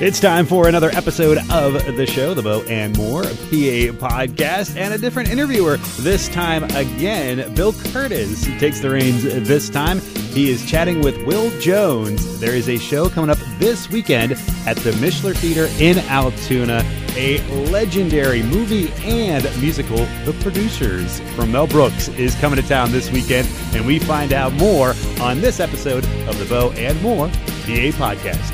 It's time for another episode of the show, the Bo and More PA podcast, and a different interviewer. This time again, Bill Curtis takes the reins this time. He is chatting with Will Jones. There is a show coming up this weekend at the Mishler Theater in Altoona, a legendary movie and musical, The Producers from Mel Brooks, is coming to town this weekend, and we find out more on this episode of the Bo and More PA podcast.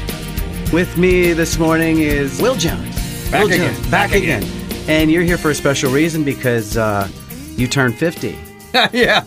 With me this morning is Will Jones. Back Will again. Jones, back, Back again. And you're here for a special reason because uh, you turned 50. yeah.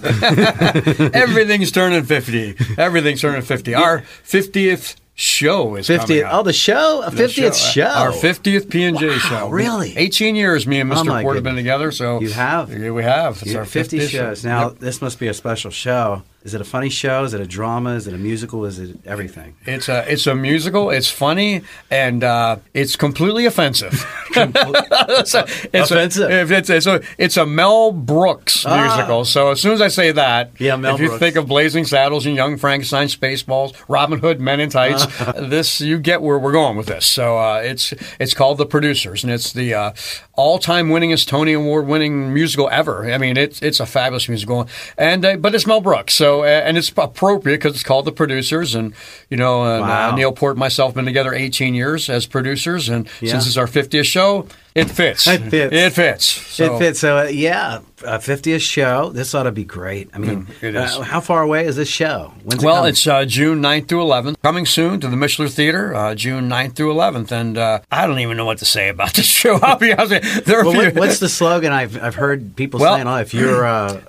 Everything's turning 50. Everything's turning 50. Our 50th show is 50. coming up. Oh, the show? A 50th show. Our 50th P&J show. really? 18 years me and Oh, Mr. my Ford have been goodness. together, so You have. Yeah, we have. It's Yeah, our 50 50th shows. show. Now, Yep. this must be a special show. Is it a funny show? Is it a drama? Is it a musical? Is it everything? it's a it's a musical, it's funny, and uh, it's completely offensive. it's a, it's Offensive. A, if it's, it's, a, it's a Mel Brooks Ah. musical. So as soon as I say that, Yeah, Mel if you Brooks. think of Blazing Saddles and Young Frankenstein, Spaceballs, Robin Hood, Men in Tights, this you get where we're going with this. So uh, it's it's called The Producers, and it's the uh, all-time winningest Tony Award-winning musical ever. I mean, it's it's a fabulous musical, and uh, but it's Mel Brooks, so uh, and it's appropriate because it's called The Producers, and you know, and, Wow. uh, Neil Port and myself been together 18 years as producers, and Yeah. since it's our 50th show, it fits. It fits. It fits. So- it fits. So, uh, yeah, uh, 50th show. This ought to be great. I mean, Mm, it is. Uh, how far away is this show? When's Well, coming? it's uh, June 9th through 11th. Coming soon to the Mishler Theater, uh, June 9th through 11th. And uh, I don't even know what to say about this show. I'll be honest. with you. There are Well, few- what, what's the slogan I've, I've heard people Well- saying? Oh, if you're. Uh,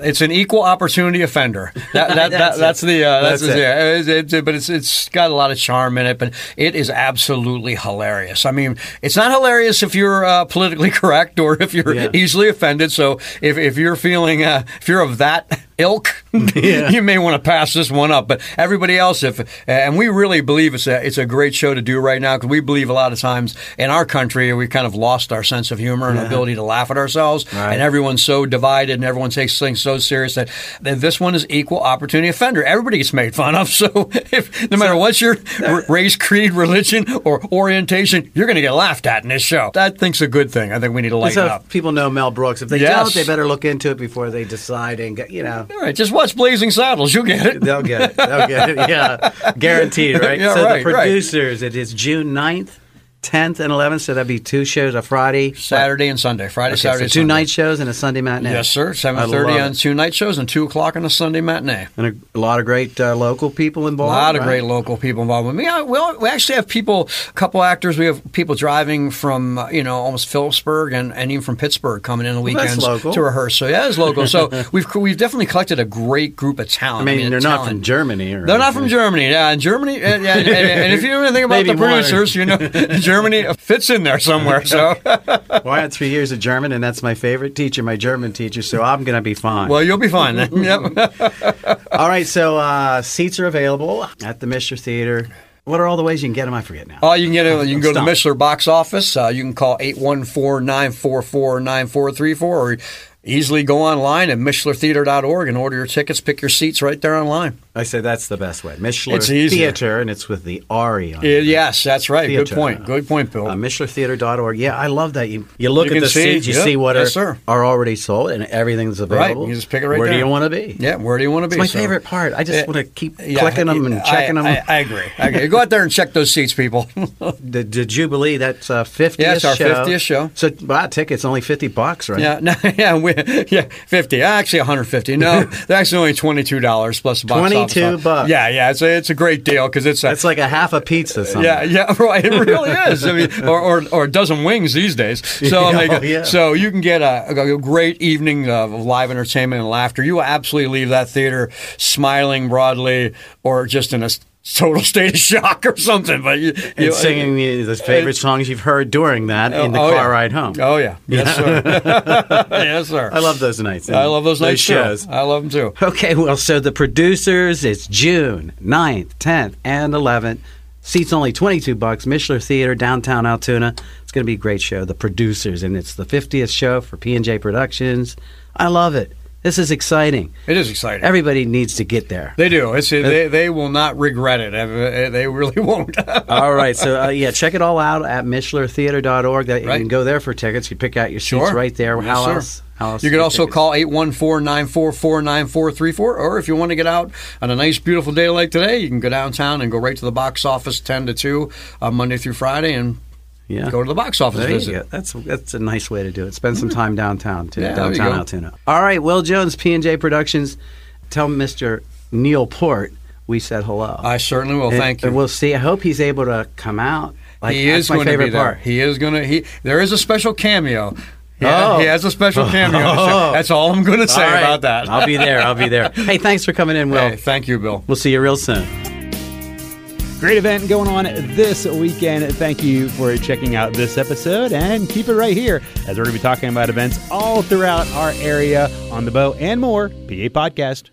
it's an equal opportunity offender. That, that, That's it. that's, that, that's the uh, that's, That's it. the- yeah, it's- it's- but it's it's got a lot of charm in it. But it is absolutely hilarious. I mean, it's not hilarious if you're uh, politically correct or if you're Yeah. easily offended. So if if you're feeling uh, if you're of that ilk, you may want to pass this one up. But everybody else, if and we really believe it's a it's a great show to do right now because we believe a lot of times in our country we kind of lost our sense of humor and ability to laugh at ourselves Right. and everyone's so divided and everyone takes things so serious that, that this one is equal opportunity offender. Everybody gets made fun of. So if no matter what your r- race, creed, religion, or orientation, you're going to get laughed at in this show. That I think's a good thing. I think we need to lighten so up. if people know Mel Brooks. If they Yes. don't, they better look into it before they decide and get, you know. All right, just watch Blazing Saddles. You'll get it. They'll get it. They'll get it. Yeah. Guaranteed, right? Yeah, so right, the right. producers, it is June 9th, 10th, and 11th. So that'd be two shows a Friday. Saturday and Sunday, Friday, Okay, Saturday, so two Sunday. night shows and a Sunday matinee. Yes, sir. Seven I thirty love on it. two night shows and two o'clock on a Sunday matinee. And a, a lot of great uh, local people A involved. lot of right? great local people involved with me. I, well, we actually have people, a couple actors. We have people driving from uh, you know almost Phillipsburg and, and even from Pittsburgh coming in the that's weekends local. to rehearse. So yeah, it's local. so we've we've definitely collected a great group of talent. I mean, they're not talent. from Germany. Or They're not from anything. Germany. Yeah, and Germany. And, yeah, and, and if you know anything about Maybe the one. producers, you know Germany fits in there somewhere. So Well, I had three years of German, and that's my favorite teacher, my German teacher, so I'm going to be fine. well, you'll be fine. Then. Yep. all right, so uh, seats are available at the Mr. Theater. What are all the ways you can get them? I forget now. Oh, you can get it. You can go to the Stop. Mishler box office. Uh, you can call 814-944-9434 or easily go online at mishlertheater.org and order your tickets. Pick your seats right there online. I say that's the best way. Mishler It's easier. Theater, and it's with the R-E on Uh, it. yes, that's right. Theater. Good point. Good point, Bill. Uh, MishlerTheater.org. Yeah, I love that. You, you look You at can the see, seats, you yeah. see what Yes, are, sir. are already sold, and everything's Right, available. you just pick it right Where do there. you want to be? yeah, where do you want to be? It's my So- favorite part. I just Yeah. want to keep Yeah, clicking them and I- checking them. I, I agree. I agree. go out there and check those seats, people. the, the Jubilee, that's uh, 50th Yeah, it's our show. 50th show. So buy a ticket. It's only 50 bucks, right? yeah, no, yeah, we, yeah, fifty. Uh, Actually, one hundred fifty. No, they're actually only twenty two dollars plus the box office. 22 bucks. Yeah, yeah, it's a, it's a great deal because it's a, That's like a half a pizza. Something. Yeah, yeah, right. It really is. I mean, or, or, or a dozen wings these days. So I mean, Oh, yeah. so you can get a, a great evening of live entertainment and laughter. You will absolutely leave that theater smiling broadly, or just in a s- total state of shock or something. But you, And you- singing the, the favorite songs you've heard during that in the oh, car yeah. ride home. Oh yeah, yes sir, yes sir. I love those nights. I love those nights too. shows. I love them too. Okay, well, so the producers, it's June 9th, 10th, and 11th. Seats only 22 bucks. Mishler Theater, downtown Altoona. It's going to be a great show. The producers, and it's the 50th show for P&J Productions. I love it. This is exciting. It is exciting. Everybody needs to get there. they do. It's, they, they will not regret it. Uh, They really won't. all right. So, uh, yeah, check it all out at MichlerTheater.org. That, You can Right. go there for tickets. You pick out your seats Sure. right there. Yes, how, sir. else, how else? You do can also tickets? call 814-944-9434 or if you want to get out on a nice beautiful day like today, you can go downtown and go right to the box office 10 to 2 uh, Monday through Friday and Yeah. go to the box office There you visit. Mm-hmm. go. That's that's a nice way to do it. Spend some time downtown too. Yeah, there you downtown Altoona. All right, Will Jones, P and J Productions. Tell Mr. Neil Port we said hello. I certainly will. And- Thank and you. We'll see. I hope he's able to come out. Like he that's is my going to favorite be there. part. He is going to he there is a special cameo. He, Oh. he has a special cameo. That's all I'm going to say All right. about that. I'll be there. I'll be there. Hey, thanks for coming in, Will. Hey, thank you, Bill. We'll see you real soon. Great event going on this weekend. Thank you for checking out this episode and keep it right here as we're going to be talking about events all throughout our area on the Bow and More PA Podcast.